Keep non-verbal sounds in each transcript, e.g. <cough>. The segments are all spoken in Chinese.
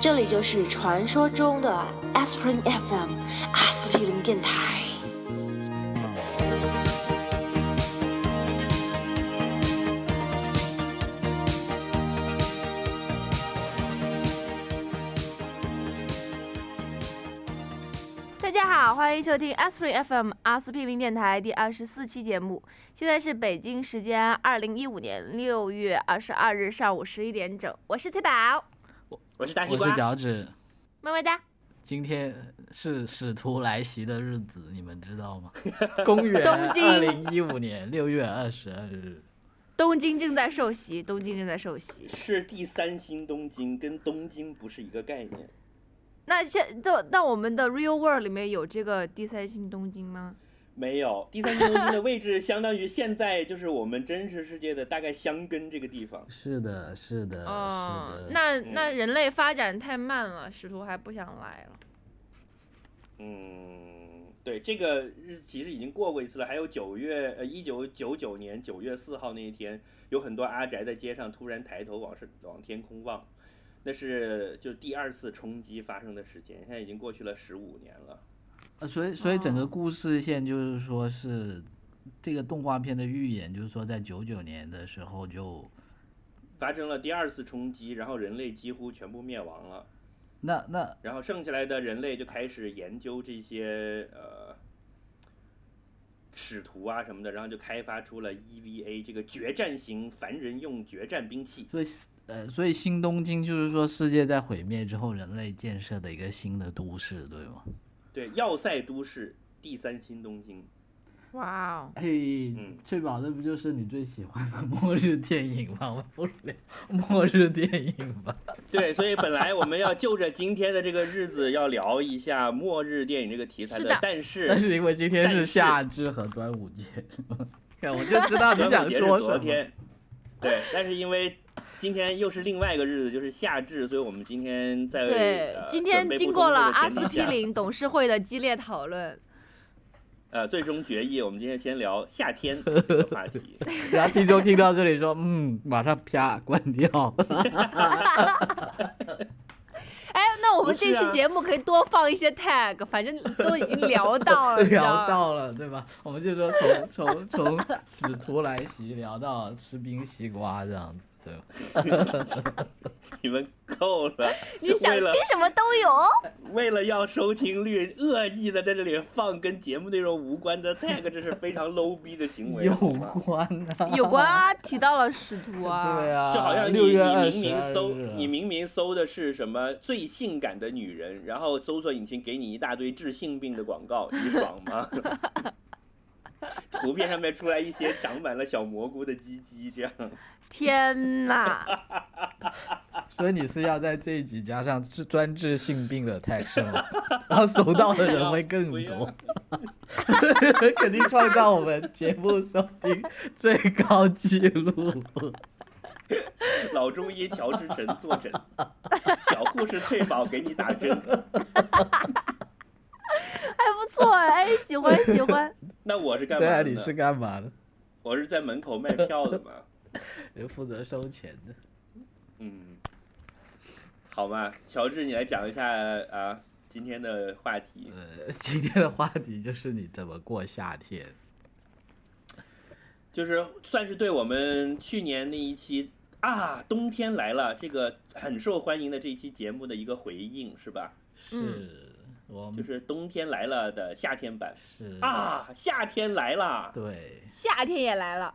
这里就是传说中的 Aspirin FM 阿司匹林电台。大家好，欢迎收听 Aspirin FM 阿司匹林电台第二十四期节目。现在是北京时间二零一五年六月二十二日上午十一点整，我是崔宝，我是大西我瓜是，脚趾，么么哒。今天是使徒来袭的日子，你们知 <laughs> 道吗？公元东京二零一五年六月二十二日，东京正在受袭，东京正在受袭。是第三星东京，跟东京不是一个概念。那现就那我们的 Real World 里面有这个第三星东京吗？没有，第三星东京的位置相当于现在就是我们真实世界的大概相跟这个地方。是的，是呃的，哦是，的。那那人类发展太慢了，使徒还不想来了。嗯，对，这个日其实已经过过一次了。还有九月呃一九九九年九月四号那一天，有很多阿宅在街上突然抬头往上往天空望，那是就第二次冲击发生的时间，现在已经过去了十五年了。呃所以所以整哦个故事线就是说是这个动画片的预言，就是说在九九年的时候就发生了第二次冲击，然后人类几乎全部灭亡了。那那然后剩下来的人类就开始研究这些呃使徒啊什么的，然后就开发出了 EVA 这个决战型凡人用决战兵器。所以呃所以新东京就是说世界在毁灭之后，人类建设的一个新的都市，对吗？对，要塞都市第三新东京。哇哦，嘿嗯，翠宝，那不就是你最喜欢的末日电影吗？我们不聊末日电影吧。 <laughs> 对，所以本来我们要就着今天的这个日子要聊一下末日电影这个题材是的但是但是因为今天但是是夏至和端午节，是吗？看我就知道你端想午节是说什昨么。天，对，但是因为今天又是另外一个日子，就是夏至，所以我们今天在对呃，今天准备不经充过分了的阿前提司匹下林董事会的激烈讨论，呃最终决议，我们今天先聊夏天这个话 <laughs> 题。然后听众听到这里说，嗯，马上啪关掉。哎，那我们不这是期啊节目可以多放一些 tag，反正都已经聊到了，你知道吗 <laughs> 聊到了，对吧？我们就说从从从使徒来袭聊到吃冰西瓜这样子，对吧？你们够 <laughs> 了，你想为了听什么都有。为了要收听率，恶意的在这里放跟节目内容无关的 tag，这是非 <laughs> 常 low 逼的行为。有好吗关啊，有关啊，提到了使徒啊，对啊，就好像你六你月二明十明二搜日啊你明明搜的是什么最性感的女人，然后搜索引擎给你一大堆治性病的广告，你爽吗？ <laughs> 图片上面出来一些长满了小蘑菇的鸡鸡，这样天哪！所以你是要在这一集加上治专治性病的 tag 是吗？ <laughs> 然后收到的人会更不要多， <laughs> 肯定创造我们节目收听最高纪录。老中医乔治陈坐诊，小护士翠宝给你打针。还不错哎，喜欢喜欢。那我是干对嘛啊，的你呢？是干嘛的？我是在门口卖票的嘛。你是负责收钱的。嗯，好吧，乔治，你来讲一下啊今天的话题。呃，今天的话题就是你怎么过夏天。就是算是对我们去年那一期啊，冬天来了这个很受欢迎的这一期节目的一个回应，是吧？嗯是，我就们是冬天来了的夏天版是，啊，夏天来了，嗯对，夏天也来了，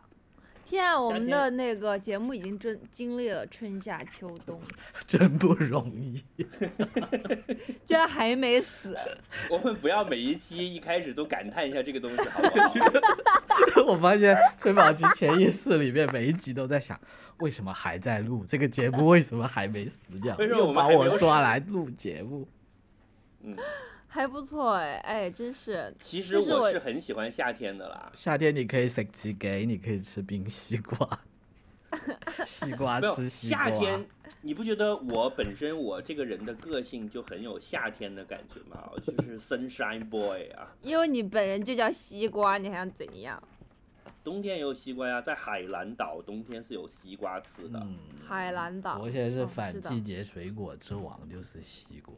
天啊，我们夏的那个节目已经经经历了春夏秋冬，真不容易。居然还没死。我们不要每一期一开始都感叹一下这个东西，好不好？ <laughs> 我发现崔宝琪潜意识里面每一集都在想，为什么还在录这个节目？为什么还没死掉？为什么又我们把还没有我抓来录节目？嗯，还不错哎，哎，真是其实这是我我是很喜欢夏天的啦。夏天你可以食鸡给，你可以吃冰西瓜，西瓜没有吃西瓜。夏天，你不觉得我本身我这个人的个性就很有夏天的感觉吗？我就是 sunshine boy 啊。因为你本人就叫西瓜，你还想怎样？冬天也有西瓜呀，在海南岛冬天是有西瓜吃的。嗯，海南岛，我现在是哦反的季节水果之王，就是西瓜。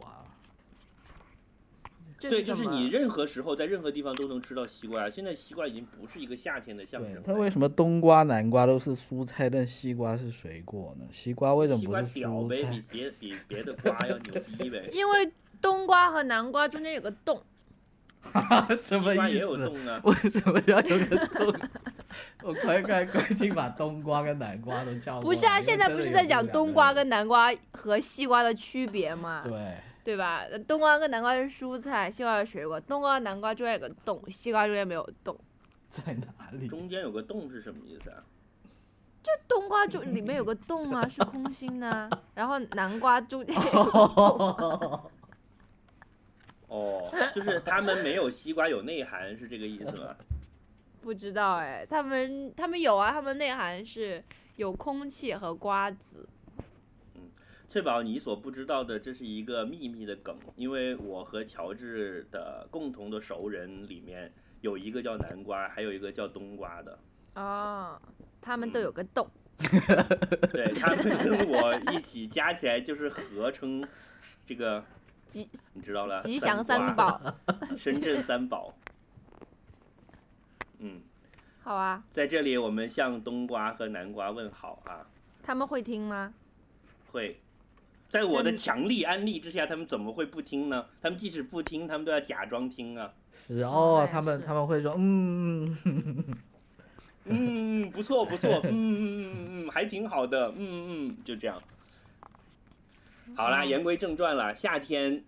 这对，是就是什么。你任何时候在任何地方都能吃到西瓜呀。现在西瓜已经不是一个夏天的象对征，它了。为什么冬瓜、南瓜都是蔬菜，但西瓜是水果呢？西瓜为什么西不瓜是屌蔬呗，菜比？别比别的瓜要牛逼呗因为冬瓜和南瓜中间有个洞， <laughs> 什么西瓜意也有思？洞啊， <laughs> 为什么要有个冬？我快快快进把冬瓜跟南瓜都叫过来。不是啊？因为现在真不的是有在这讲两个冬瓜人跟南瓜和西瓜的区别吗？对 <laughs> 对吧？冬瓜跟南瓜是蔬菜，西瓜是水果。冬瓜、南瓜中间有个洞，西瓜中间没有洞。在哪里？ <laughs> 中间有个洞是什么意思啊？冬瓜就里面有个洞 <laughs> 啊，是空心的啊。然后南瓜中间哦， <laughs> 就是他们没有西瓜有内涵，是这个意思吗？ <laughs> 不知道哎，他们他们有啊，他们内涵是有空气和瓜子。翠宝，你所不知道的，这是一个秘密的梗，因为我和乔治的共同的熟人里面有一个叫南瓜，还有一个叫冬瓜 <laughs> 的。哦，他们都有个洞。对他们跟我一起加起来就是合称这个 <laughs> 吉你知道了，吉祥三瓜，宝， <laughs> <laughs> 嗯深圳三宝。嗯，好啊，在这里我们向冬瓜和南瓜问好啊！他们会听吗？会，在我的真强力安利之下，他们怎么会不听呢？他们即使不听，他们都要假装听啊。然后哎他们是他们会说，嗯，嗯，不错不错，嗯嗯嗯嗯，还挺好的，嗯嗯，就这样。好啦，言归正传啦，夏天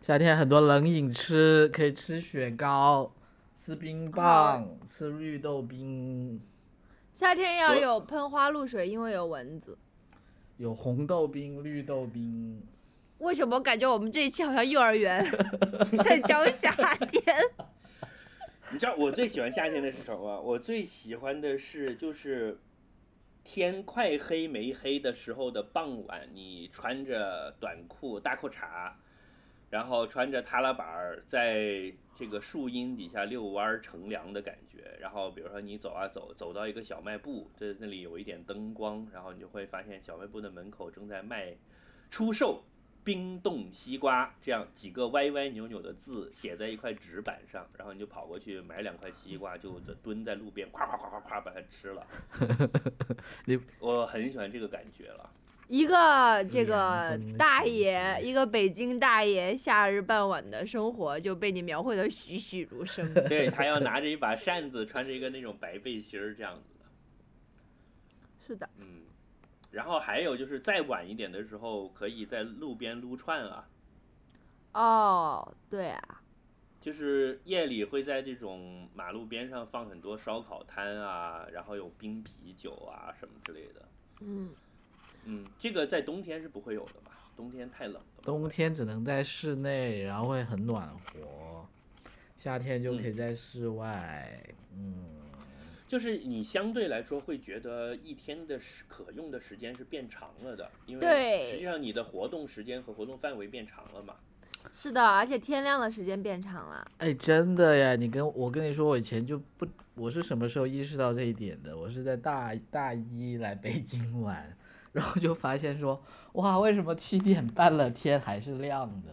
夏天很多冷饮吃，可以吃雪糕，吃冰棒，吃绿豆冰，夏天要所有喷花露水，因为有蚊子。有红豆冰、绿豆冰。。为什么感觉我们这一期好像幼儿园在教夏天？你知道我最喜欢夏天的是什么吗？我最喜欢的是就是天快黑没黑的时候的傍晚，你穿着短裤大裤衩，然后穿着踏拉板儿，在这个树荫底下遛弯儿乘凉的感觉。然后比如说你走啊走，走到一个小卖部，这那里有一点灯光，然后你就会发现小卖部的门口正在卖出售。冰冻西瓜，这样几个歪歪扭扭的字写在一块纸板上，然后你就跑过去买两块西瓜，就蹲在路边，咵咵咵咵咵把它吃了你我很喜欢这个感觉了。一个这两个分大钟爷，时一个北京大爷，夏日傍晚的生活就被你描绘的栩栩如生。对他要拿着一把扇子，穿着一个那种白背心儿这样子的。是的，嗯，然后还有就是再晚一点的时候，可以在路边撸串啊，哦，对啊，就是夜里会在这种马路边上放很多烧烤摊啊，然后有冰啤酒啊什么之类的。嗯，嗯，这个在冬天是不会有的吧？冬天太冷了吧。冬天只能在室内，然后会很暖和。夏天就可以在室外，嗯，就是你相对来说会觉得一天的时可用的时间是变长了的，因为对实际上你的活动时间和活动范围变长了嘛。是的，而且天亮的时间变长了。哎，真的呀！你跟我跟你说，我以前就不，我是什么时候意识到这一点的？我是在大大一来北京玩，然后就发现说，哇，为什么七点半了天还是亮的？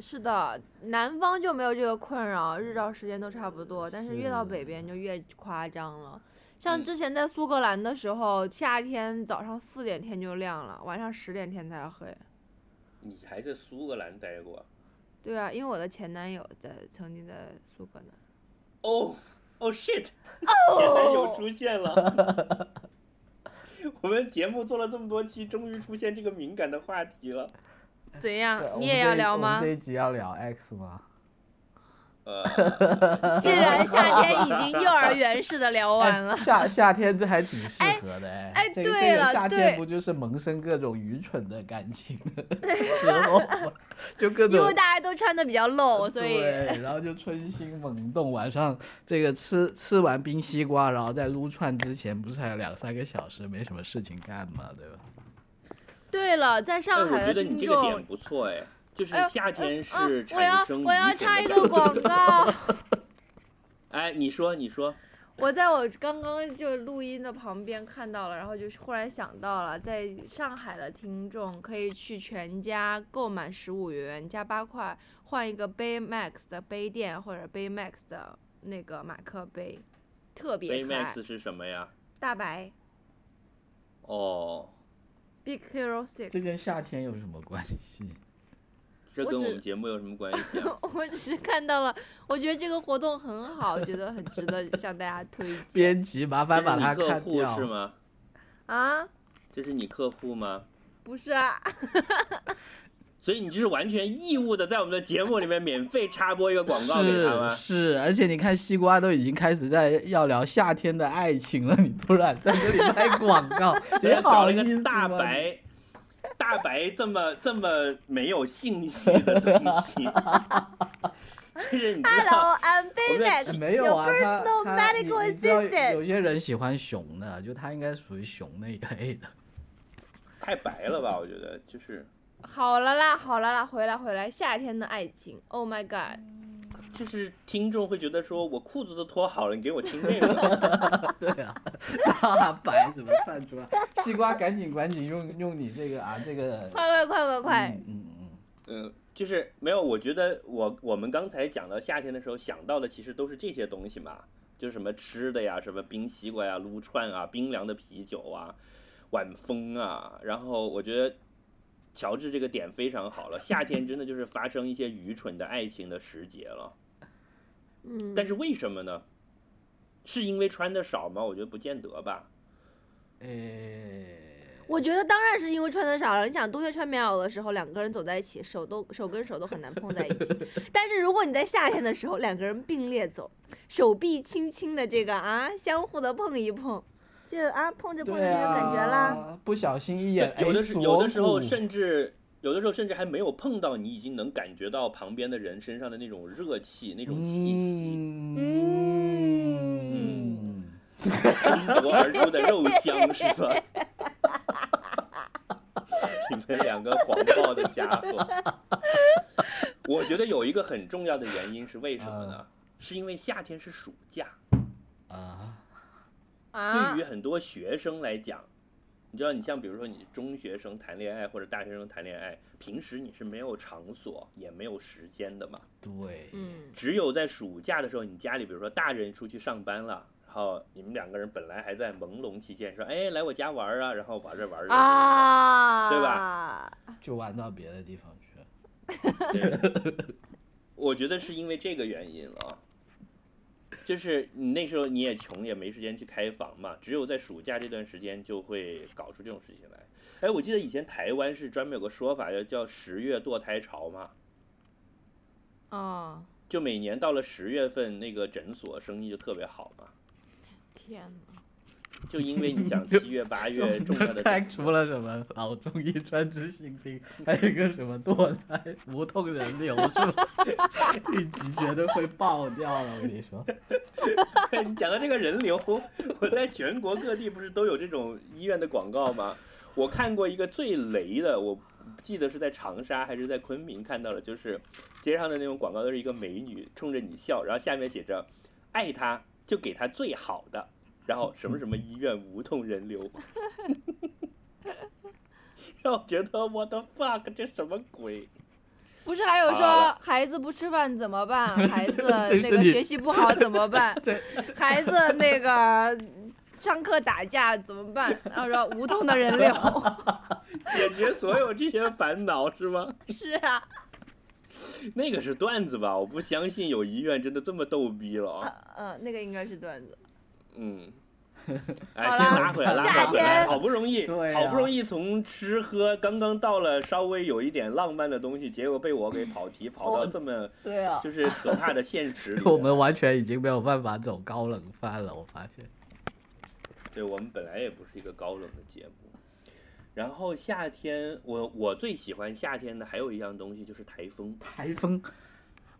是的，南方就没有这个困扰，日照时间都差不多，但是越到是北边就越夸张了。像嗯之前在苏格兰的时候，夏天早上四点天就亮了，晚上十点天才黑。你还在苏格兰待过？对啊，因为我的前男友在曾经在苏格兰。哦哦 shit，前哦男友出现了。 <laughs> 我们节目做了这么多期，终于出现这个敏感的话题了。怎哎对我啊样？你们也这要一聊我们吗这？一集要聊 X 吗？呃， <laughs> 既然夏天已经幼儿园式的聊完了哎、，夏夏天这还挺适合的哎。哎这个、对这了个夏对天不就是萌生各种愚蠢的感情的 <laughs> 时候吗？就各因种为大家都穿的比较 <laughs> 露，所以呃对，然后就春心萌动，晚上这个吃吃完冰西瓜，然后在撸串之前，不是还有两三个小时没什么事情干嘛，对吧？对了，在哎，上我海觉的得你听这个众点不错哎，就是哎呦夏天啊是，我要产生我要 <laughs> 愚蠢插的一感个觉广告，哎，你说你说，我在我刚刚就录音的旁边看到了，然后就是忽然想到了，在上海的听众可以去全家购买十五元加八块换一个 Baymax 的杯垫或者 Baymax 的那个马克杯，特别可爱 Baymax。是什么呀？大白哦， Big Hero <laughs> 这 Six，跟夏天有什么关 <laughs> 系？这我跟只我们节目有什么关系 <laughs> 啊？ <laughs> 我只是看到了，我觉得这个活动很好，觉得很值 <laughs> 得向大家推荐编辑，麻这烦是把它你客看户掉是。吗？啊！这是你客户吗？不是啊，所以你就是完全义务的在我们的节目里面免费插播一个广告给他是吗？ <laughs> 是，而且你看，西瓜都已经开始在要聊夏天的爱情了，你突然在这里卖广告， <laughs> 你然后搞好了意思个大吗白，大白这么这么没有性欲的东西， <laughs> 就是你知 Hello, 道 I'm 们在 Baymax. 没有啊， your 他 personal 他你 medical 你知道 assistant 有些人喜欢熊的，就他应该属于熊那一类的。太白了吧？我觉得就是好了啦，好了啦，回来回来，夏天的爱情，Oh my god！嗯就是听众会觉得说我裤子都脱好了，你给我听这个，对啊，大白怎么看出来？西瓜赶紧赶紧用用你这个啊这个，快快快快快嗯！嗯嗯，嗯，就是没有。我觉得我我们刚才讲到夏天的时候想到的其实都是这些东西嘛，就是什么吃的呀，什么冰西瓜呀、撸串啊、冰凉的啤酒啊、晚风啊，然后我觉得。乔治这个点非常好了，夏天真的就是发生一些愚蠢的爱情的时节了。嗯，但是为什么呢？是因为穿的少吗？我觉得不见得吧。诶、我觉得当然是因为穿的少了。你想，冬天穿棉袄的时候，两个人走在一起，手都手跟手都很难碰在一 <laughs> 起。但是如果你在夏天的时候，两个人并列走，手臂轻轻的这个啊，相互的碰一碰，就啊碰着碰着对就有感觉啦。啊，不小心一眼，对有的哎时有的时候锁骨甚至有的时候甚至还没有碰到你，已经能感觉到旁边的人身上的那种热气、那种气息嗯嗯，喷薄而出的肉香，是吧？ <laughs> 你们两个黄暴的家伙，我觉得有一个很重要的原因是为什么呢？是因为夏天是暑假，啊，啊对于，很多学生来讲，你知道，你像比如说你中学生谈恋爱或者大学生谈恋爱，平时你是没有场所也没有时间的嘛。对，嗯，只有在暑假的时候，你家里比如说大人出去上班了，然后你们两个人本来还在朦胧期间，说哎来我家玩儿啊，然后玩着玩着，啊，对吧？就玩到别的地方去了。对我觉得是因为这个原因了。就是你那时候你也穷，也没时间去开房嘛，只有在暑假这段时间就会搞出这种事情来。哎，我记得以前台湾是专门有个说法叫叫十月堕胎潮嘛，啊，就每年到了十月份，那个诊所生意就特别好嘛，天哪！就因为你想七月八月重要 <laughs> 的开除了什么老中医专治性病，还有一个什么堕胎无痛人流是吧？这集绝对会爆掉了，我跟你说。 <laughs> 你讲到这个人流，我在全国各地不是都有这种医院的广告吗？我看过一个最雷的，我记得是在长沙还是在昆明看到的，就是街上的那种广告都是一个美女冲着你笑，然后下面写着“爱她就给她最好的”，然后什么什么医院无痛人流， <laughs> 让我觉得我的 fuck 这什么鬼？不是还有好说了孩子不吃饭怎 <laughs> 么办？孩子这那是个你学习不好怎么办？ <laughs> 这孩子那个上课打架怎么办？然后说无痛的人 <laughs> 流，解决所有这些烦恼是吗？是啊， <laughs> 那个是段子吧？我不相信有医院真的这么逗逼了啊！嗯，那个应该是段子。 <laughs> 嗯，好哎，先啦拉回来，拉夏回来，天好不容易，对啊好呀不容易从吃喝刚刚到了稍微有一点浪漫的东西，结果被我给跑题，跑到这么对啊，就是可怕的现实里面。 <laughs> 我们完全已经没有办法走高冷范了，我发现。对我们本来也不是一个高冷的节目。然后夏天，我我最喜欢夏天的还有一样东西就是台风。台风，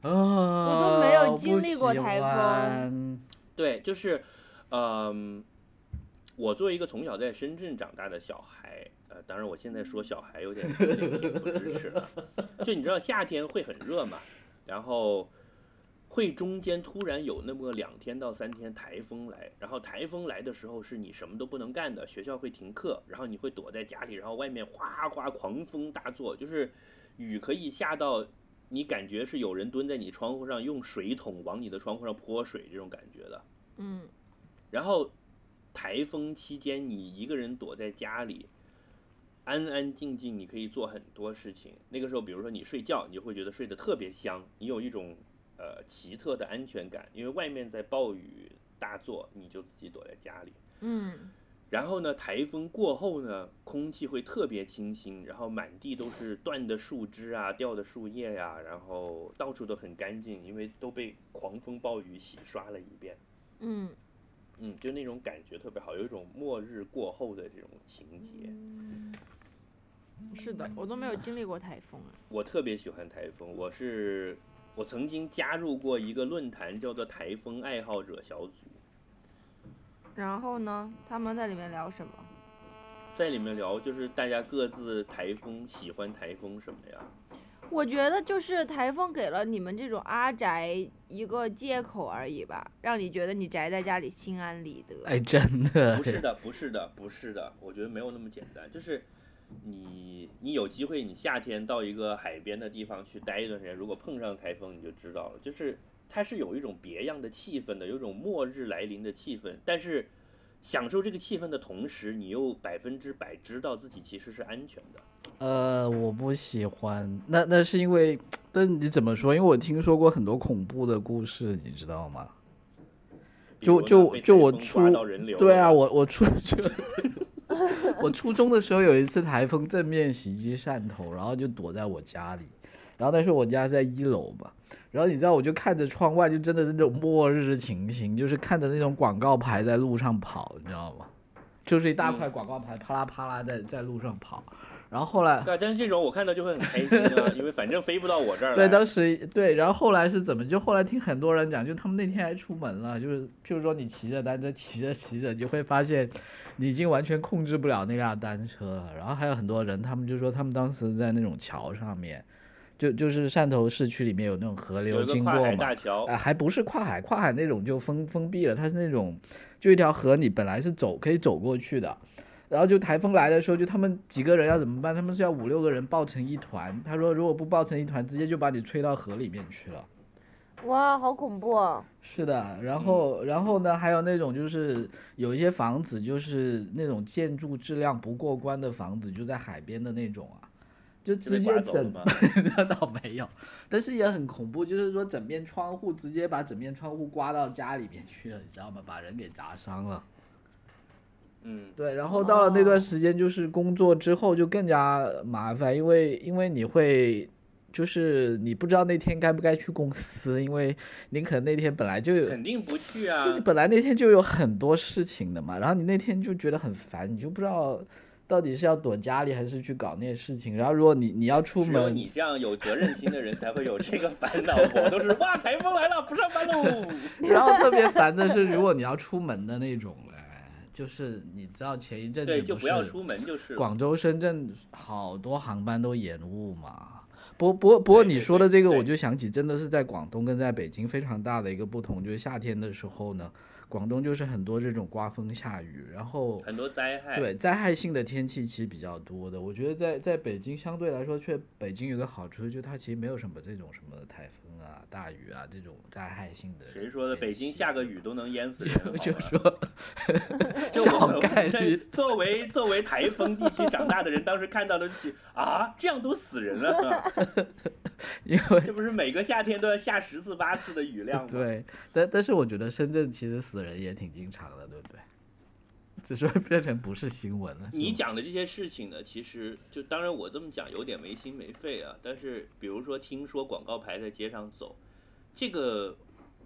啊，我都没有经历过不喜台风欢。对，就是，嗯、我作为一个从小在深圳长大的小孩，呃，当然我现在说小孩有点有点挺不支持了。就你知道夏天会很热嘛，然后会中间突然有那么两天到三天台风来，然后台风来的时候是你什么都不能干的，学校会停课，然后你会躲在家里，然后外面哗哗狂风大作，就是雨可以下到你感觉是有人蹲在你窗户上用水桶往你的窗户上泼水这种感觉的。嗯，然后台风期间，你一个人躲在家里，安安静静，你可以做很多事情。那个时候，比如说你睡觉，你会觉得睡得特别香，你有一种呃奇特的安全感，因为外面在暴雨大作，你就自己躲在家里。嗯，然后呢，台风过后呢，空气会特别清新，然后满地都是断的树枝啊、掉的树叶呀、然后到处都很干净，因为都被狂风暴雨洗刷了一遍。嗯，嗯，就那种感觉特别好，有一种末日过后的这种情节。嗯是嗯的，我都没有经历过台风啊。我特别喜欢台风，我是我曾经加入过一个论坛，叫做“台风爱好者小组然后呢，他们在里面聊什么？”，在里面聊就是大家各自台风喜欢台风什么呀？我觉得就是台风给了你们这种阿宅一个借口而已吧，让你觉得你宅在家里心安理得。哎，真 <laughs> 的，不是的，不是的，不是的，我觉得没有那么简单。就是你，你有机会，你夏天到一个海边的地方去待一段时间，如果碰上台风，你就知道了，就是它是有一种别样的气氛的，有一种末日来临的气氛。但是享受这个气氛的同时，你又百分之百知道自己其实是安全的。呃，我不喜欢。那那是因为，但你怎么说？因为我听说过很多恐怖的故事，你知道吗？比如就呢被就就台我风初刮到人流，对啊，，我我初中， <laughs> 我初中的时候有一次台风正面袭击汕头，然后就躲在我家里，然后但是我家是在一楼嘛，然后你知道我就看着窗外，就真的是那种末日的情形，就是看着那种广告牌在路上跑，你知道吗？就是一大嗯块广告牌啪啦啪啦在在路上跑，然后后来对啊，但是这种我看到就会很开心啊，因为反正飞不到我这儿来。对，当时对，然后后来是怎么？就后来听很多人讲，就他们那天还出门了，就是譬如说你骑着单车骑着骑着，你就会发现你已经完全控制不了那辆单车了。然后还有很多人，他们就说他们当时在那种桥上面，就就是汕头市区里面有那种河有流一个经跨过海嘛大，桥，啊，还不是跨海，跨海那种就封封闭了，它是那种就一条河，你本来是走可以走过去的，然后就台风来的时候，就他们几个人要怎么办？他们是要五六个人抱成一团，他说如果不抱成一团，直接就把你吹到河里面去了。哇，好恐怖、哦！是的，然嗯后然后呢，还有那种就是有一些房子，就是那种建筑质量不过关的房子，就在海边的那种啊，就就被直接刮走了整嘛。 <laughs> 那倒没有，但是也很恐怖，就是说整面窗户直接把整面窗户刮到家里面去了，你知道吗？把人给砸伤了。嗯，对，然后到了那哦段时间，就是工作之后就更加麻烦，因为因为你会。就是你不知道那天该不该去公司，因为你可能那天本来就有，肯定不去啊。就是本来那天就有很多事情的嘛，然后你那天就觉得很烦，你就不知道到底是要躲家里还是去搞那些事情。然后如果你你要出只有门，你这样有责任心的人才会有这个烦恼。我 <laughs> 都是哇，台风来了，不上班 <laughs> 喽。然后特别烦的是，如果你要出门的那种嘞，就是你知道前一阵子对，就不不要是出门就是了。广州、深圳好多航班都延误嘛。不不过不过对你对说的这个，对我就想起真的是在广东跟在北京非常大的一个不同，就是夏天的时候呢，广东就是很多这种刮风下雨，然后很多灾害。对，灾害性的天气其实比较多的。我觉得在在北京相对来说，却北京有个好处，就它其实没有什么这种什么台风啊、大雨啊这种灾害性的。谁说的？北京下个 <laughs> 雨？雨都能淹死人好吗就就说就我小们概在率。作为作为台风地区长大的人，当时看到了几啊，这样都死人了， <laughs> 因为这不是每个夏天都要下十次八次的雨量吗？，对，但但是我觉得深圳其实死人也挺经常的，对不 <laughs> 对？只是会变成不是新闻了。你 <laughs> 是吗讲的这些事情呢，其实就当然我这么讲有点没心没肺啊，但是比如说听说广告牌在街上走，这个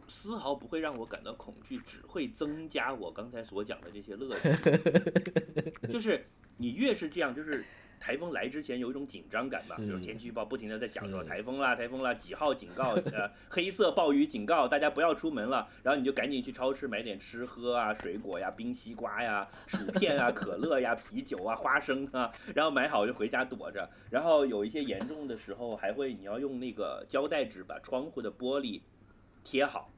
丝毫不会让我感到恐惧，只会增加我刚才所讲的这些乐趣。就是你越是这样，就是台风来之前有一种紧张感吧，是比如天气预报不停的在讲说是台风啦、台风啦，几号警告， <laughs> 呃，黑色暴雨警告，大家不要出门了。然后你就赶紧去超市买点吃喝啊、水果呀、 <laughs> 冰西瓜呀、薯片啊、 <laughs> 可乐呀、啤酒啊、花生啊，然后买好就回家躲着。然后有一些严重的时候，还会你要用那个胶带纸把窗户的玻璃贴好，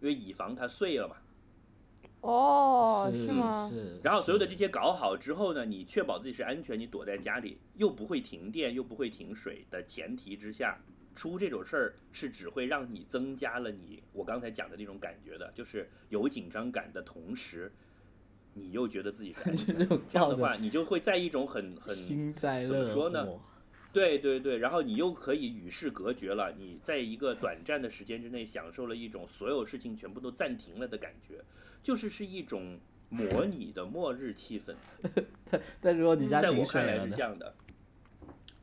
因为以防它碎了嘛。哦，是吗？是。然后所有的是这些搞好之后呢，你确保自己是安全，你躲在家里又不会停电又不会停水的前提之下，出这种事儿是只会让你增加了你我刚才讲的那种感觉的，就是有紧张感的同时，你又觉得自己是安 <laughs> 就全这的。种这样抱的话，着你就会在一种很很幸灾怎么乐祸，说呢对对对，然后你又可以与世隔绝了。你在一个短暂的时间之内，享受了一种所有事情全部都暂停了的感觉，就是是一种模拟的末日气氛。但如果嗯你家在停我水看来了是呢这？样的，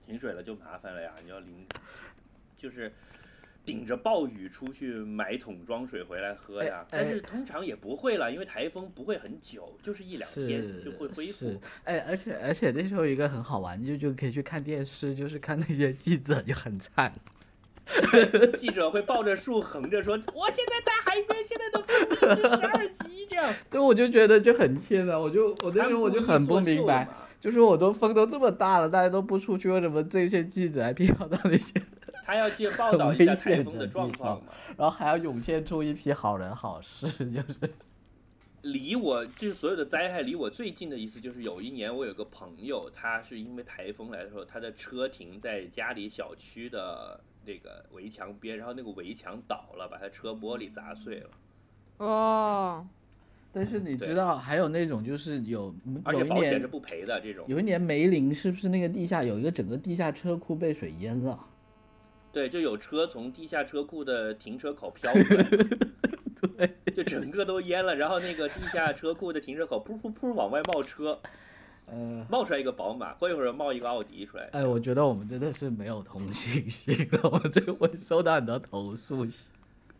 停水了就麻烦了呀，你要淋，就是顶着暴雨出去买桶装水回来喝哎呀。哎但是通常也不会了，因为台风不会很久，就是一两天就会恢是复是。哎，而且而且那时候有一个很好玩，就就可以去看电视，就是看那些记者就很惨，记者会抱着树横着说：“我现在在海边，现在的风力是十二级。”这样，就我就觉得就很欠啊，我就我 <laughs> 那时候我就很不明白，就说我都风都这么大了，大家都不出去，为什么这些记者还偏要到那些， <laughs> 他要去报道一下台风的状况嘛。然后还要涌现出一批好人好事，就是离我就是所有的灾害离我最近的一次，就是有一年我有个朋友，他是因为台风来的时候，他的车停在家里小区的那个围墙边，然后那个围墙倒了，把他车玻璃砸碎了，哦，但是你知对道，还有那种就是有而有且一保险年是不赔的这种。有一年梅林是不是那个地下有一个整个地下车库被水淹了？对，就有车从地下车库的停车口 <laughs> 飘出来，对，就整个都淹了。然后那个地下车库的停车口噗噗噗往外冒车，呃，冒出来一个宝马，过一会儿冒一个奥迪出来。哎，我觉得我们真的是没有同情心 <laughs> 了，我这会收到很多投 <laughs> 诉。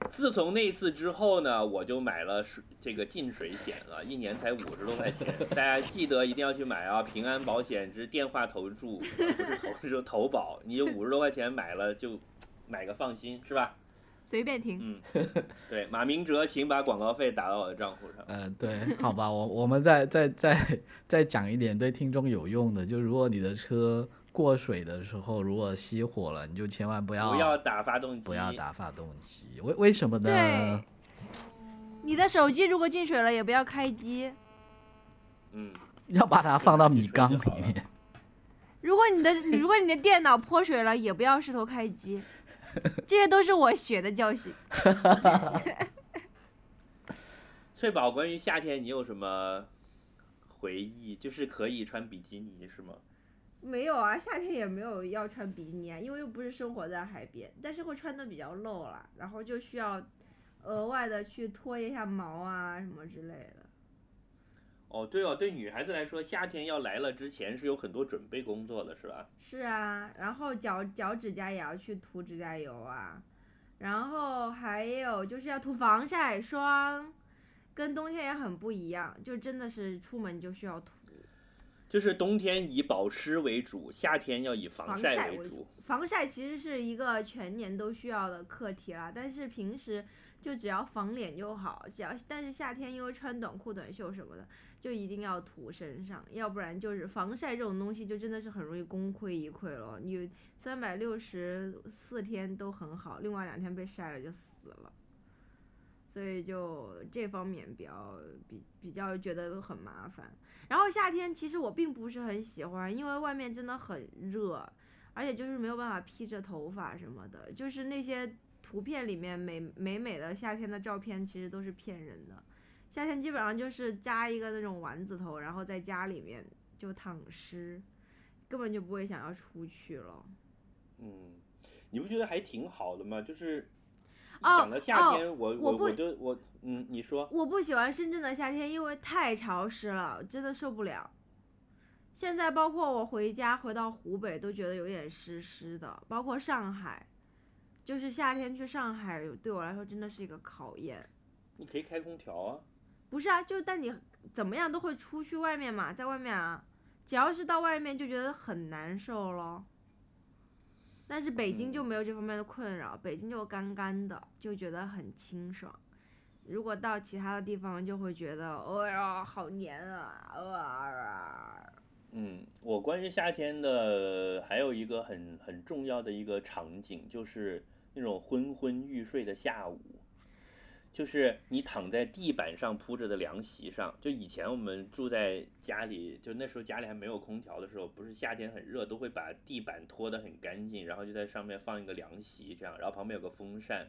自从那次之后呢，我就买了水这个进水险了，一年才五十多块钱。大家记得一定要去买啊！平安保险只是电话投注，呃不是投是投保，你五十多块钱买了就买个放心，是吧？随便停。嗯，对，马明哲，请把广告费打到我的账户上。呃，对，好吧，我我们再再再再讲一点对听众有用的，就如果你的车过水的时候，如果熄火了，你就千万不要不要打发动机，哦不要打发动机。为为什么呢对？你的手机如果进水了，也不要开机。嗯，要把它放到 <laughs> 米缸就好里了面。如果你的你如果你的电脑泼水了，也不要试图开机。这些都是我学的教训。翠宝，关于夏天你有什么回忆？就是可以穿比基尼是吗？没有啊，夏天也没有要穿比基尼啊，因为又不是生活在海边，但是会穿的比较露啦，然后就需要额外的去脱一下毛啊什么之类的。哦，对哦，对女孩子来说，夏天要来了之前是有很多准备工作的，是吧？是啊，然后脚脚指甲也要去涂指甲油啊，然后还有就是要涂防晒霜，跟冬天也很不一样，就真的是出门就需要涂。就是冬天以保湿为主，夏天要以防防晒晒为为主主。防晒其实是一个全年都需要的课题啦，但是平时就只要防脸就好，只要但是夏天因为穿短裤、短袖什么的，就一定要涂身上，要不然就是防晒这种东西就真的是很容易功亏一篑咯。你三百六十四天都很好，另外两天被晒了就死了。所以就这方面比较比比较觉得很麻烦，然后夏天其实我并不是很喜欢，因为外面真的很热，而且就是没有办法披着头发什么的，就是那些图片里面美美美的夏天的照片，其实都是骗人的。夏天基本上就是扎一个那种丸子头，然后在家里面就躺尸，根本就不会想要出去了。嗯，你不觉得还挺好的吗？就是哦讲到夏天，哦我我我不就我嗯，你说我不喜欢深圳的夏天，因为太潮湿了，真的受不了。现在包括我回家回到湖北都觉得有点湿湿的，包括上海，就是夏天去上海对我来说真的是一个考验。你可以开空调啊。不是啊，就但你怎么样都会出去外面嘛，在外面啊，只要是到外面就觉得很难受咯。但是北京就没有这方面的困扰，北京就干干的，就觉得很清爽。如果到其他的地方，就会觉得，哎呀，好黏啊，啊！嗯，我关于夏天的还有一个很很重要的一个场景，就是那种昏昏欲睡的下午，就是你躺在地板上铺着的凉席上。就以前我们住在家里，就那时候家里还没有空调的时候，不是夏天很热，都会把地板拖得很干净，然后就在上面放一个凉席，这样，然后旁边有个风扇。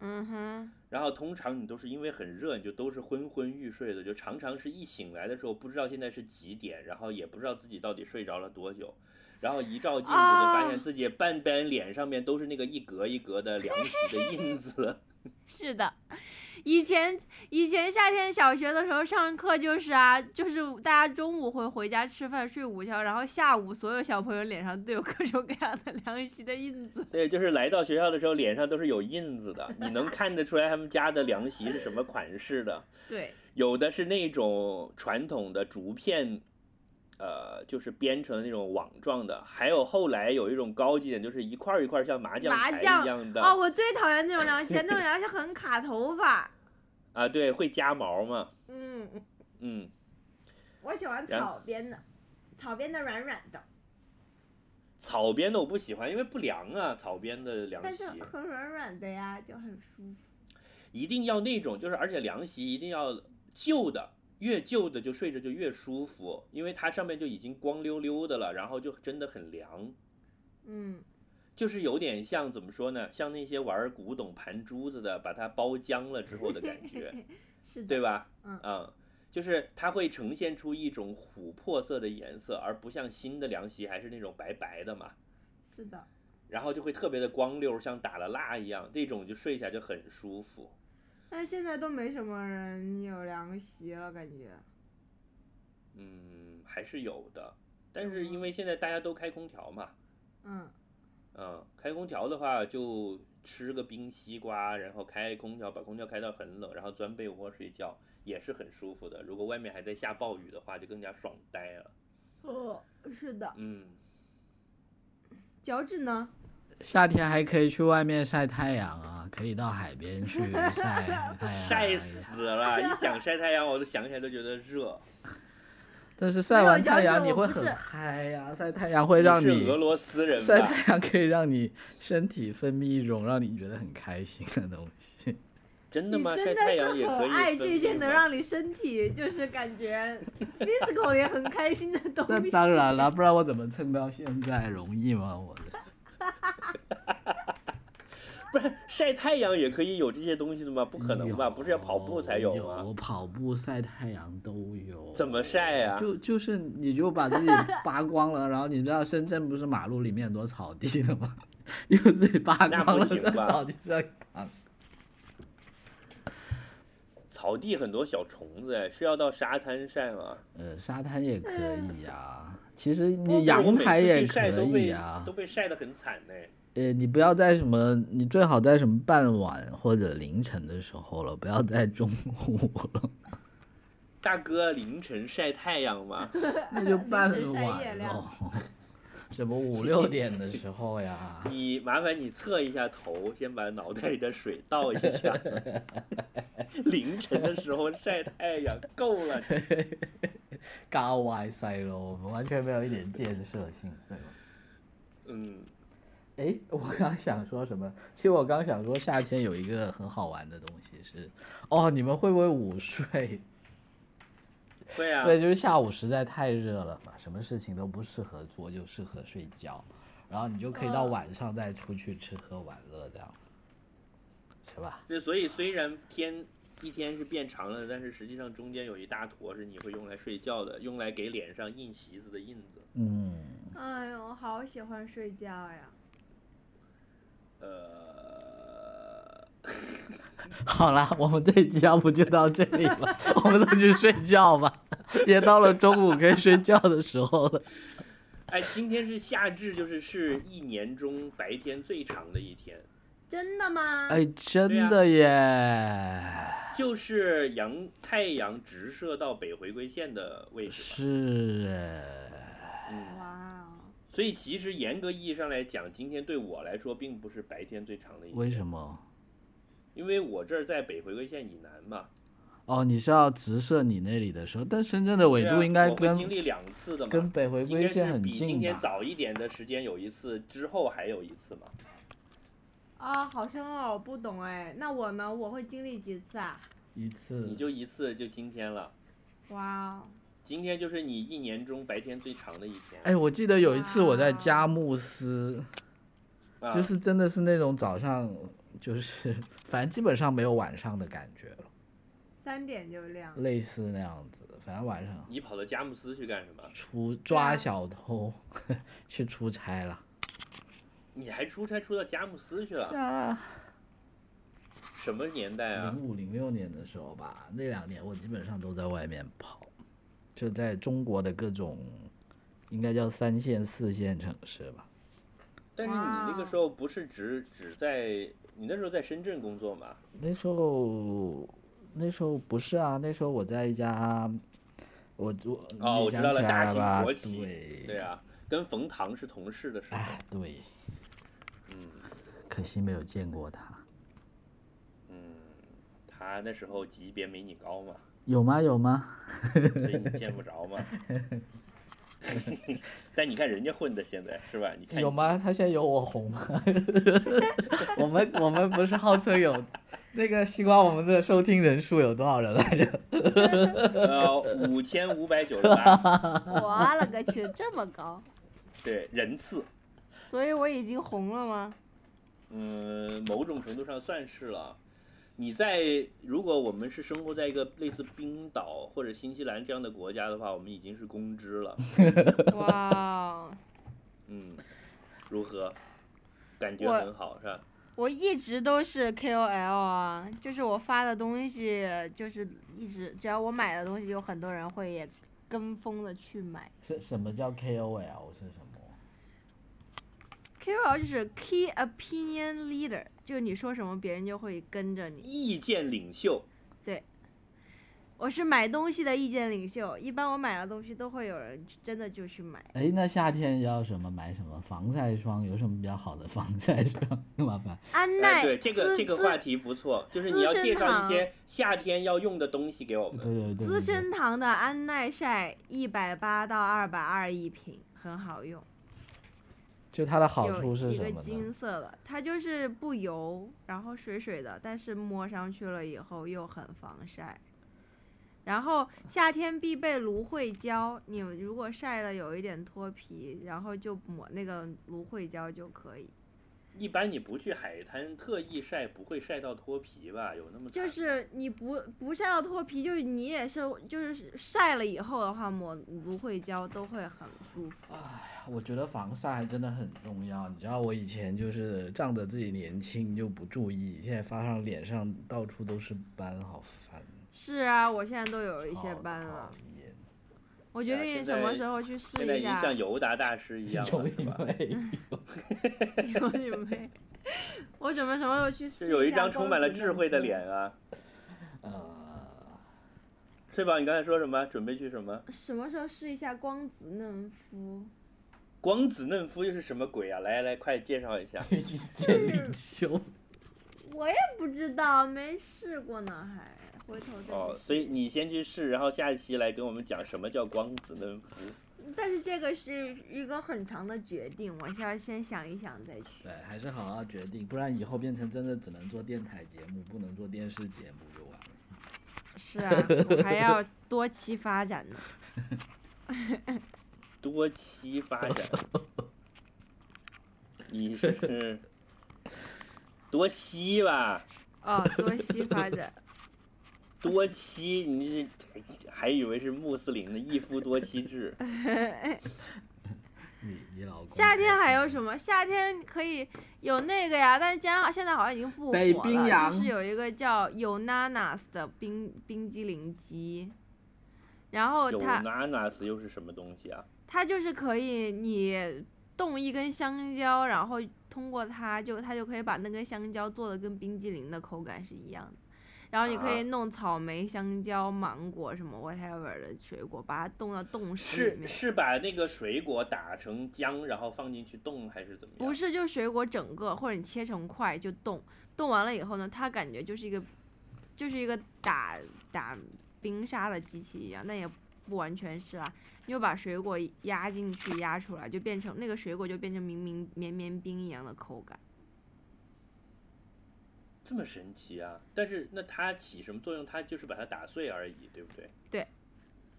嗯哼，然后通常你都是因为很热，你就都是昏昏欲睡的，就常常是一醒来的时候不知道现在是几点，然后也不知道自己到底睡着了多久，然后一照镜子就发现自己半边脸上面都是那个一格一格的凉席的印子。 <laughs> 是的，以前以前夏天小学的时候上课就是啊，就是大家中午会回家吃饭睡午觉，然后下午所有小朋友脸上都有各种各样的凉席的印子。对，就是来到学校的时候脸上都是有印子的，你能看得出来他们家的凉席是什么款式的。对，有的是那种传统的竹片，呃，就是编成那种网状的，还有后来有一种高级点，就是一块儿一块儿像麻将麻牌将一样的哦，我最讨厌那种凉席，那种凉席很卡头发。啊，对，会夹毛嘛，嗯，嗯，我喜欢然草编的，草编的软软的，草编的我不喜欢，因为不凉啊，草编的凉但席是很软软的呀，就很舒服。一定要那种，就是而且凉席一定要旧的。越旧的就睡着就越舒服，因为它上面就已经光溜溜的了，然后就真的很凉。嗯，就是有点像怎么说呢，像那些玩古董盘珠子的，把它包浆了之后的感 <laughs> 觉，是的。啊对吧？嗯就是它会呈现出一种琥珀色的颜色，而不像新的凉席还是那种白白的嘛，是的，然后就会特别的光溜，像打了蜡一样，这种就睡起来就很舒服。但是现在都没什么人有凉席了，感觉。嗯，还是有的，但是因为现在大家都开空调嘛，嗯，嗯，开空调的话就吃个冰西瓜，然后开空调，把空调开到很冷，然后钻被窝睡觉也是很舒服的。如果外面还在下暴雨的话，就更加爽呆了。哦，是的。嗯，脚趾呢？夏天还可以去外面晒太阳啊，可以到海边去 <laughs> 晒太阳，啊哎晒！死了！一讲晒太阳，我都想起来都觉得热。但是晒没有完太就是阳你我会不很是嗨呀、晒太阳 <laughs> 会让你你是俄罗斯人晒吧？太阳可以让你身体分泌一种让你觉得很开心的东西。真的你吗？晒真的太阳也是可很以爱分这些泌能吗让你身体就是感 <laughs> 觉 physical 也很开心的东 <laughs> 那西。当然了，不然我怎么蹭到现在容易吗？我不是晒太阳也可以有这些东西的吗？不可能吧？不是要跑步才有吗？跑步、晒太阳都有。怎么晒呀、就就是你就把自己扒光了，然后你知道深圳不是马路里面很多草地的吗？你把自己扒那光不了，行在吧草地上躺。草地很多小虫子哎，是要到沙滩晒吗？呃，沙滩也可以呀、其不实你过我阳每台次也去晒可都以啊被呀、都被晒得很惨呢。呃，你不要在什么，你最好在什么傍晚或者凌晨的时候了，不要在中午了，大哥，凌晨晒太阳嘛， <laughs> 那就傍晨晒月晚亮喽。 <laughs> 什么五六点的时候呀？你麻烦你侧一下头，先把脑袋里的水倒一下。 <laughs> 凌晨的时候晒太阳够了，高歪塞咯，我们完全没有一点建设性，对吗？嗯，哎，我刚想说什么？其实我刚想说夏天有一个很好玩的东西是，哦，你们会不会午睡？会啊，对，就是下午实在太热了嘛，什么事情都不适合做，就适合睡觉，然后你就可以到嗯晚上再出去吃喝玩乐这样，是吧？对，所以虽然天一天是变长了，但是实际上中间有一大坨是你会用来睡觉的，用来给脸上印席子的印子。嗯，哎呦，我好喜欢睡觉呀！呃，好啦，我们这一集要不就到这里了，我们都去睡觉吧，也到了中午可以睡觉的时候了。哎，今天是夏至，就是是一年中白天最长的一天。真的吗？哎，对真啊的耶！就是阳太阳直射到北回归线的位置是，吧。嗯，哇哦，所以其实严格意义上来讲，今天对我来说并不是白天最长的一为天，什么？因为我这儿在北回归线以南嘛。哦，你是要直射你那里的时候，但深圳的纬对度啊应该我会跟、经历两次的嘛，跟北回应归该线是很比今近天吧？早一点的时间有一次，之后还有一次嘛。啊，好深奥、我不懂哎。那我呢？我会经历几次啊？一次，你就一次，就今天了。哇哦，今天就是你一年中白天最长的一天。哎，我记得有一次我在佳木斯，啊、就是真的是那种早上，就是反正基本上没有晚上的感觉了，三点就亮。类似那样子，反正晚上你跑到佳木斯去干什么？出啊抓小偷， <laughs> 去出差了。你还出差出到佳木斯去了？啊，什么年代啊零？五零六年的时候吧，那两年我基本上都在外面跑，就在中国的各种，应该叫三线、四线城市吧。但是你那个时候不是只只在你那时候在深圳工作嘛？那时候，那时候不是啊，那时候我在一家，我我哦，你我知想道起了，来大了型吧国企，对，对啊，跟冯唐是同事的时候，哎，对，嗯可惜没有见过他。嗯，他那时候级别没你高嘛，有吗？有吗？所以你见不着 <laughs> 嘛。但你看人家混的现在是吧？你看有你？吗？他现在有我红吗？ <laughs> 我们我们不是号称有那个西瓜，我们的收听人数有多少人来着？ <laughs> 呃，五千五百九十八， <laughs> 我勒个去，这么高，对人次，所以我已经红了 <laughs> 吗？嗯，某种程度上算是了。你在如果我们是生活在一个类似冰岛或者新西兰这样的国家的话，我们已经是公知了。哇哦，嗯，如何？感觉我很好是吧？我一直都是 KOL 啊，就是我发的东西，就是一直只要我买的东西，有很多人会也跟风的去买。是什么叫 KOL 啊是什么？ KOL 就是 Key Opinion Leader，就是你说什么，别人就会跟着你。意见领袖，我是买东西的意见领袖，一般我买了东西都会有人真的就去买。哎，那夏天要什么买什么？防晒霜有什么比较好的防晒霜？ <laughs> 麻烦。安奈、哎，对这个资这个资话题不错，就是你要资生介绍一堂些夏天要用的东西给我对们。对对对资对生堂的安耐晒一百八到二百二一瓶，很好用。就它的好处有是一什个么呢金？色的，它就是不油，然后水水的，但是摸上去了以后又很防晒。然后夏天必备芦荟胶，你如果晒了有一点脱皮，然后就抹那个芦荟胶就可以。一般你不去海滩特意晒，不会晒到脱皮吧？有那么惨就吗是你不不晒到脱皮，就是你也是就是晒了以后的话，抹芦荟胶都会很舒服。我觉得防晒真的很重要。你知道我以前就是仗着自己年轻就不注意，现在发上脸上到处都是斑，好烦。是啊，我现在都有一些好斑讨了。厌。 <laughs> 我决对啊定现什么在时候去试现在已一经下。像尤达大师一样 <laughs> 有了，是你吧？妹！有准备，我准备什么时候去就试有一一下张充满了公子智慧的面脸啊，呃，翠宝，你刚才说什么？准备去什么？部？什么时候试一下光子嫩肤？光子嫩肤又是什么鬼啊？来来，快介绍一下。意见嗯领袖。我也不知道，没试过呢，还回头再 <laughs> 哦，试所以你先去试，然后下一期来跟我们讲什么叫光子嫩肤。但是这个是一个很长的决定，我需要先想一想再去对。，还是好好决定，不然以后变成真的只能做电台节目，不能做电视节目就完了。是啊，我还要多期发展呢。多期发展，你是多期吧？哦，多期发展，多期，你这还以为是穆斯林的一夫多妻制？你你老公夏天还有么？什么？夏天可以有那个呀，但是加拿大现在好像已经不火了，北冰洋就是有一个叫 Yonanas 的冰冰激凌机，然后有它 nanas 又是什么东西啊？它就是可以你动一根香蕉，然后通过它就它就可以把那根香蕉做的跟冰激凌的口感是一样的。然后你可以啊弄草莓、香蕉、芒果什么 whatever 的水果，把它冻到冻室里是面。是把那个水果打成浆，然后放进去冻，还是怎么样？不是，就水果整个，或者你切成块就冻，冻完了以后呢，它感觉就是一个，就是一个打打冰沙的机器一样，那也不完全是啦，你就把水果压进去压出来，就变成那个水果就变成绵绵绵绵冰一样的口感。这么神奇啊！但是那它起什么作用？它就是把它打碎而已，对不对？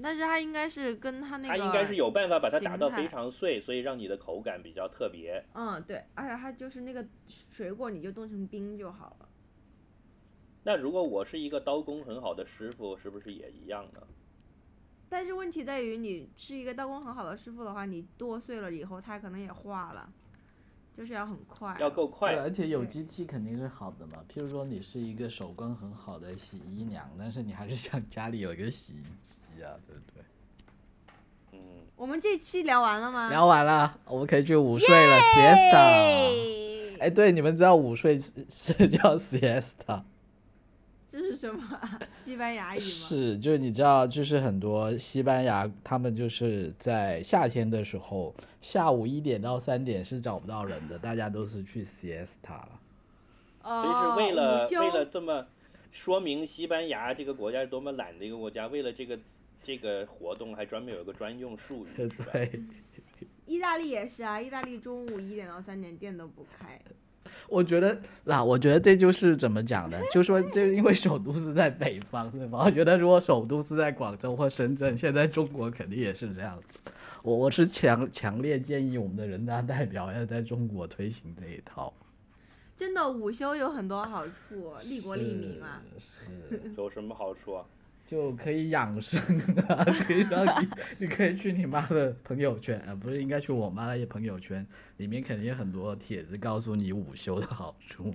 但是它应该是跟它那个，它应该是有办法把它打到形态非常碎，所以让你的口感比较特别。嗯，对，而且它就是那个水果，你就冻成冰就好了。那如果我是一个刀工很好的师傅，是不是也一样呢？但是问题在于，你是一个刀工很好的师傅的话，你剁碎了以后，它可能也化了，就是要很快。要够对，快，而且有对机器肯定是好的嘛。譬如说你是一个手工很好的洗衣娘，但是你还是想家里有一个洗衣机啊，对不对？嗯，我们这期聊完了吗？聊完了，我们可以去午睡了，siesta。哎，对，你们知道午睡是 <laughs> 是叫 siesta，这是什么啊？西班牙语吗？是就是你知道，就是很多西班牙他们就是在夏天的时候，下午一点到三点是找不到人的，大家都是去 siesta 了。 <laughs> 哦，所以是为了、午休为了这么说明西班牙这个国家是多么懒的一个国家，为了这个这个活动还专门有一个专用术语，是吧？对，意大利也是啊，意大利中午一点到三点店都不开。我觉得那我觉得这就是怎么讲呢？就说这因为首都是在北方，对吧？我觉得如果首都是在广州或深圳，现在中国肯定也是这样子。我我是强强烈建议我们的人大代表要在中国推行这一套。真的，午休有很多好处，利国利民嘛。是，是有什么好处啊？就可以养生啊， <laughs> 可以让你，你可以去你妈的朋友圈，啊，不是应该去我妈的朋友圈，里面肯定有很多帖子告诉你午休的好处。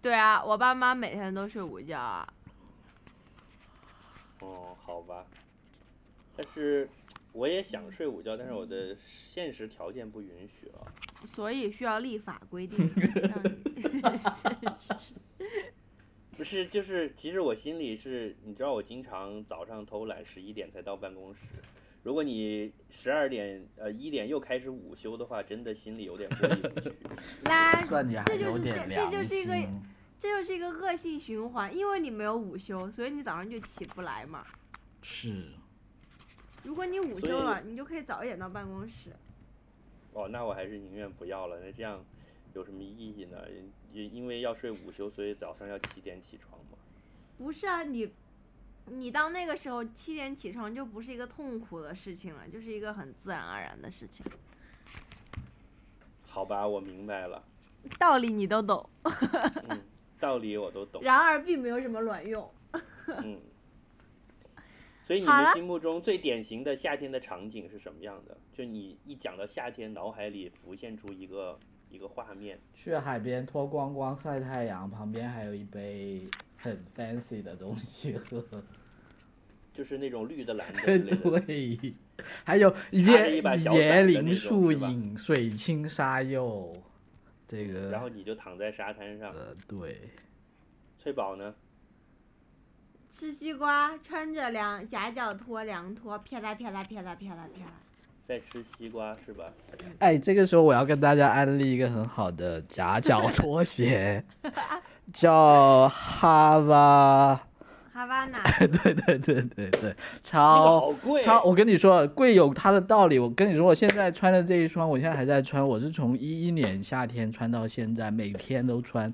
对啊，我爸妈每天都睡午觉啊。哦，好吧。但是我也想睡午觉，但是我的现实条件不允许啊。所以需要立法规定，让你不是，就是其实我心里是，你知道我经常早上偷懒，十一点才到办公室。如果你十二点呃一点又开始午休的话，真的心里有点过意不去。 <laughs> 拉，算你还哎这就有是点这良这就是一个心这就是一个恶性循环，因为你没有午休，所以你早上就起不来嘛。是。如果你午所以休了，你就可以早一点到办公室。哦，那我还是宁愿不要了。那这样有什么意义呢？也因为要睡午休，所以早上要七点起床嘛。不是啊，你你到那个时候七点起床就不是一个痛苦的事情了，就是一个很自然而然的事情，好吧，我明白了，道理你都懂，嗯，道理我都懂。然而并没有什么卵用。嗯，所以你好们了心目中最典型的夏天的场景是什么样的？就你一讲到夏天，脑海里浮现出一个一个画面。去海边脱光光晒太阳，旁边还有一杯很 fancy 的东 <laughs> 西喝。就是那种绿的、蓝的之类 <laughs> 的。对，还有插着椰一把小伞的椰那林种树是吧影、水清沙幼，这个然后你就躺在沙滩上。呃对，翠宝呢？吃西瓜，穿着凉夹脚拖凉拖，啪啦啪啦啪啦啪啦啪啦。在吃西瓜是吧？哎，这个时候我要跟大家安利一个很好的 <laughs> 夹脚拖鞋，叫哈巴。 <laughs> 哈巴那对对对对对，那个超好贵。哦啊超，我跟你说，贵有它的道理。我跟你说，我现在穿的这一双，我现在还在穿，我是从一一年夏天穿到现在，每天都穿，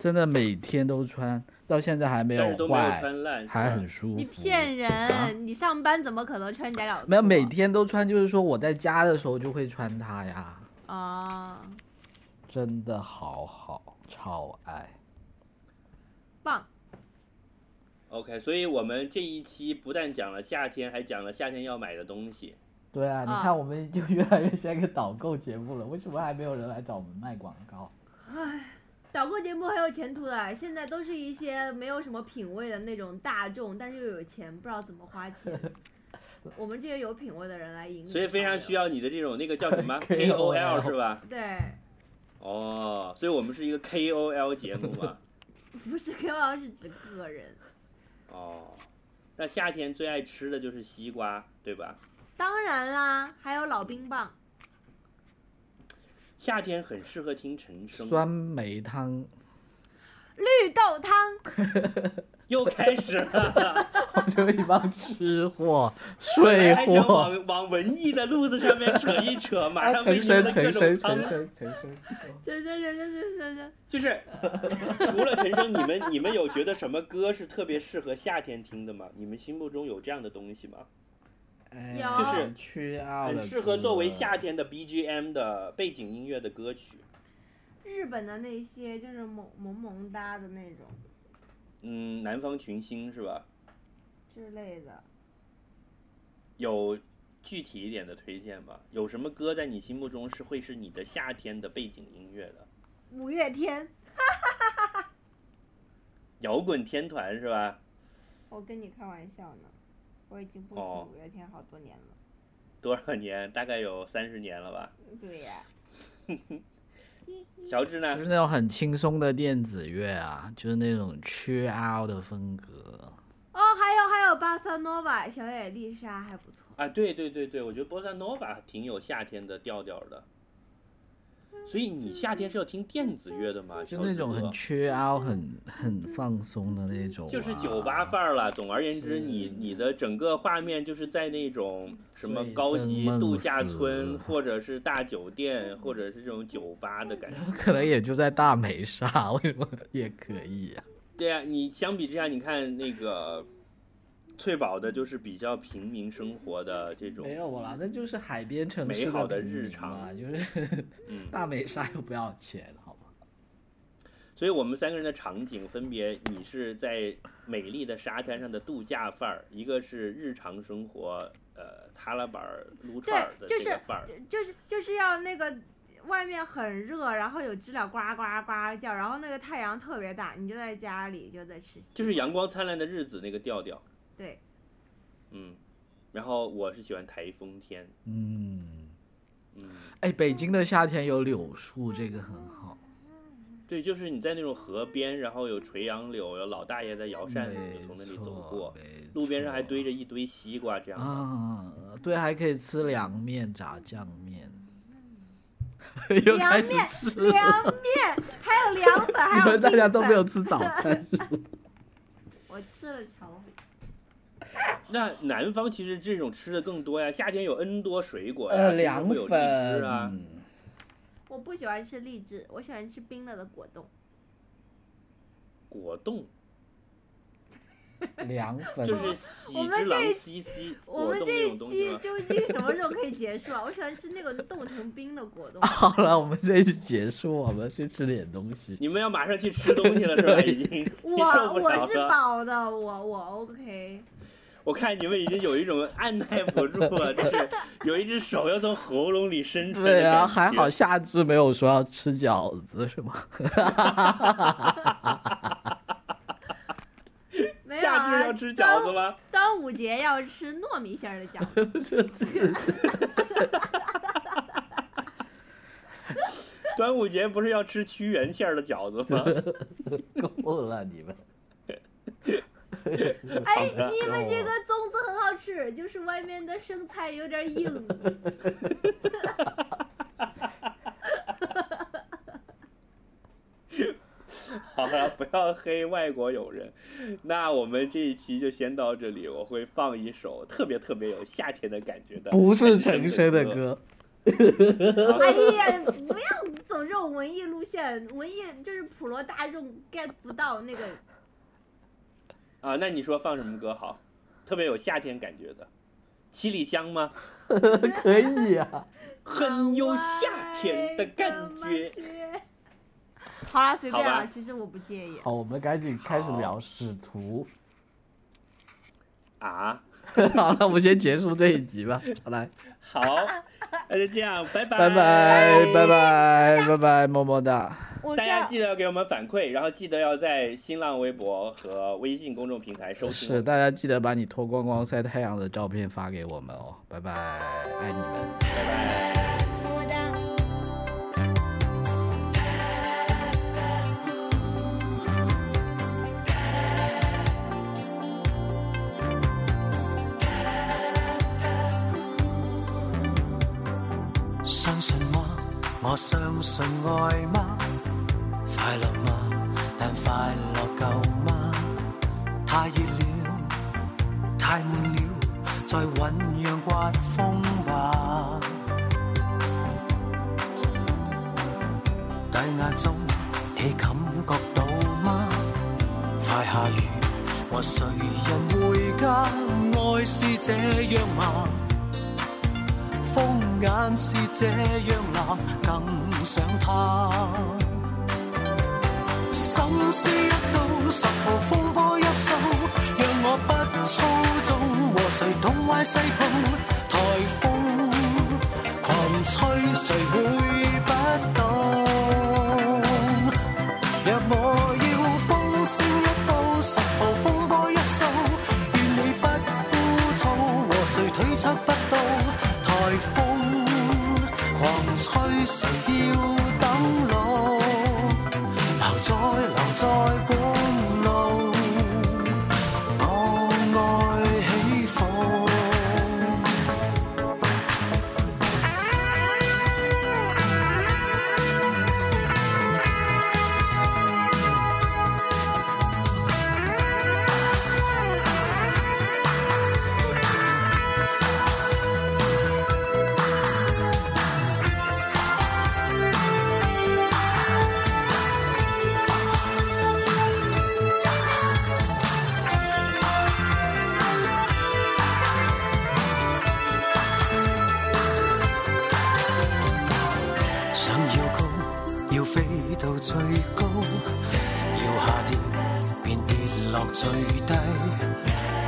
真的每天都穿，到现在还没但是都没有坏，穿烂，是还吧很舒服。你骗人！啊你上班怎么可能穿夹脚拖？没有每天都穿，就是说我在家的时候就会穿它呀，啊、真的好好，超爱。棒！ OK，所以我们这一期不但讲了夏天，还讲了夏天要买的东西。对啊，你啊看我们就越来越像一个导购节目了，为什么还没有人来找我们卖广告？导购节目很有前途的，现在都是一些没有什么品味的那种大众，但是又有钱，不知道怎么花 <laughs> 钱。我们这些有品味的人来嗯引领，所以非常需要。要你的这种那个叫什 <laughs> 么 KOL KOL 是吧？对，哦，所以我们是一个 KOL 节目嘛。不是 KOL 是指个人，哦，那夏天最爱吃的就是西瓜，对吧？当然啦，还有老冰棒，夏天很适合听陈升，酸梅汤绿豆汤， <laughs> 又开始 <laughs> 了，我们就一帮吃货、睡哎还想货，往往文艺的路子上面扯一扯，马 <laughs> 啊，上被陈说深、的各陈种深、汤陈深、陈深， <laughs> 这这这这这这这，就是除了陈升，你们你们有觉得什么歌是特别适合夏天听的吗？你们心目中有这样的东西吗？哎有就是很 chill out 很的适合作为歌夏天的 BGM 的背景音乐的歌曲。日本的那些就是萌萌萌哒的那种嗯，南方群星是吧？之类的，有具体一点的推荐吗？有什么歌在你心目中是会是你的夏天的背景音乐的？五月天，摇滚天团是吧？我跟你开玩笑呢，我已经不哦听五月天好多年了。多少年？大概有三十年了吧。对呀、 <laughs> 乔治就呢是？那种很轻松的电子乐啊，就是那种 chill out 的风格。哦，还有还有巴萨诺瓦、小野丽莎还不错。啊，对对对对，我觉得波萨诺瓦挺有夏天的调调的。所以你夏天是要听电子乐的吗？就乔那治种很哥 chill out、很很放松的那种啊、就是酒吧范儿了。总而言之，你你的整个画面就是在那种什么高级醉生梦度假死村，或者是大酒店，或者是这种酒吧的感觉。可能也就在大梅沙，为什么也可以、啊？对啊，你相比之下，你看那个翠宝的，就是比较平民生活的这种，没有啦，那就是海边城美市好的的平日民常嘛就是 <laughs> 嗯。大梅沙又不要钱，好吗？所以我们三个人的场景分别，你是在美丽的沙滩上的度假范儿，一个是日常生活，呃，塔拉板儿撸串儿的对就这是个范儿。就就是就是要那个外面很热，然后有知了呱呱呱叫，然后那个太阳特别大，你就在家里就在吃西瓜。就是阳光灿烂的日子那个调调， <laughs> 对，嗯，然后我是喜欢台风天，嗯，嗯，哎，北京的夏天有柳树，这个很好。对，就是你在那种河边，然后有垂杨柳，有老大爷在摇扇子，没你就从那里错走过，，没路边上还错堆着一堆西瓜这样的，啊，对，还可以吃凉面、炸酱 <laughs> 面。又凉开始面吃了，凉面，还有凉粉，还 <laughs> 你有们大家冰都没粉有。吃早餐是吗？我吃了炒粉，那南方其实这种吃的更多呀，夏天有 N 多水果呀，呃，甚至凉会有荔枝粉啊，我不喜欢吃荔枝，我喜欢吃冰了的果冻。果冻，凉粉就是喜我们之这郎一西西，我果们冻这那一种东西期吗？究竟什么时候可以结束啊？我喜欢吃那个冻成冰的 <laughs> 果冻。 <laughs> 好了，我们这一期结束，我们去吃点东西。你们要马上去吃东西了是 <laughs> 吧？对已经，我你受不我了是了。饱的，我我 OK。我看你们已经有一种按耐不住 <laughs> 了，就是有一只手要从喉咙里伸出来。对啊，还好。夏至没有说要吃饺子是 <laughs> 吗？没有夏啊，至要吃饺子吗？端端午节要吃糯米馅儿的饺 <laughs> 子。端午节不是要吃屈原馅儿的饺子吗？够了你 <laughs> 们，哎，好的你们这哦个粽子很好吃，就是外面的生菜有点 <laughs> 硬。 <laughs> 好了，不要黑外国友人。那我们这一期就先到这里，我会放一首特别特别有夏天的感觉的，不是陈升升的。歌，哎呀，不要走这种文艺路线，文艺就是普罗大众 get 不到那个。啊，那你说放什么歌好？特别有夏天感觉的，七里香吗？ <laughs> 可以啊。 <laughs> 很有夏天的感觉。 <laughs> 好啦，随便啊好吧啦，其实我不介意。好，我们赶紧开始好聊使徒。啊。 <laughs> 好了，我们先结束这一集吧。好来，好，那就这样，拜拜拜拜拜拜拜拜，么么哒。我大是家记得要给我们反馈，然后记得要在新浪微博和微信公众平台收听我是，们。大家记得把你脱光光晒太阳的照片发给我们哦。拜拜，爱你们。么哒。相信嗎？我相信愛嗎？快樂嗎？但快樂夠嗎？貪太熱了，太悶了，再醖釀刮風吧。低壓中你感覺到嗎？快下雨，或誰人回家？愛是這樣嗎？風眼是這樣藍，更想他。心思一到，十號風波一掃，讓我不操縱，和誰東歪西碰，颱風狂吹，誰會不懂？若我要風聲一到，十號風波一掃，願你不枯燥，和誰推測不到，颱風狂吹，誰要等老？留在留在半路，我愛起伏。想要高，要飛到最高；要下跌，便跌落最低。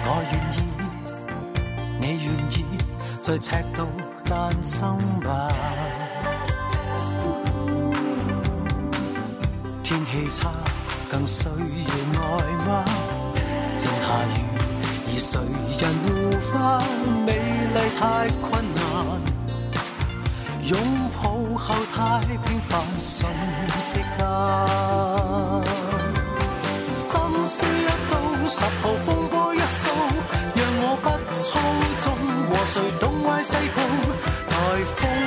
我願意，你願意，在赤道誕生吧。天氣差，更需要愛嗎？正下雨，而誰人護花？美麗太困難。擁抱後太平凡，信息啊！心思一到，十號風波一掃，讓我不操縱，和誰東歪西碰，颱風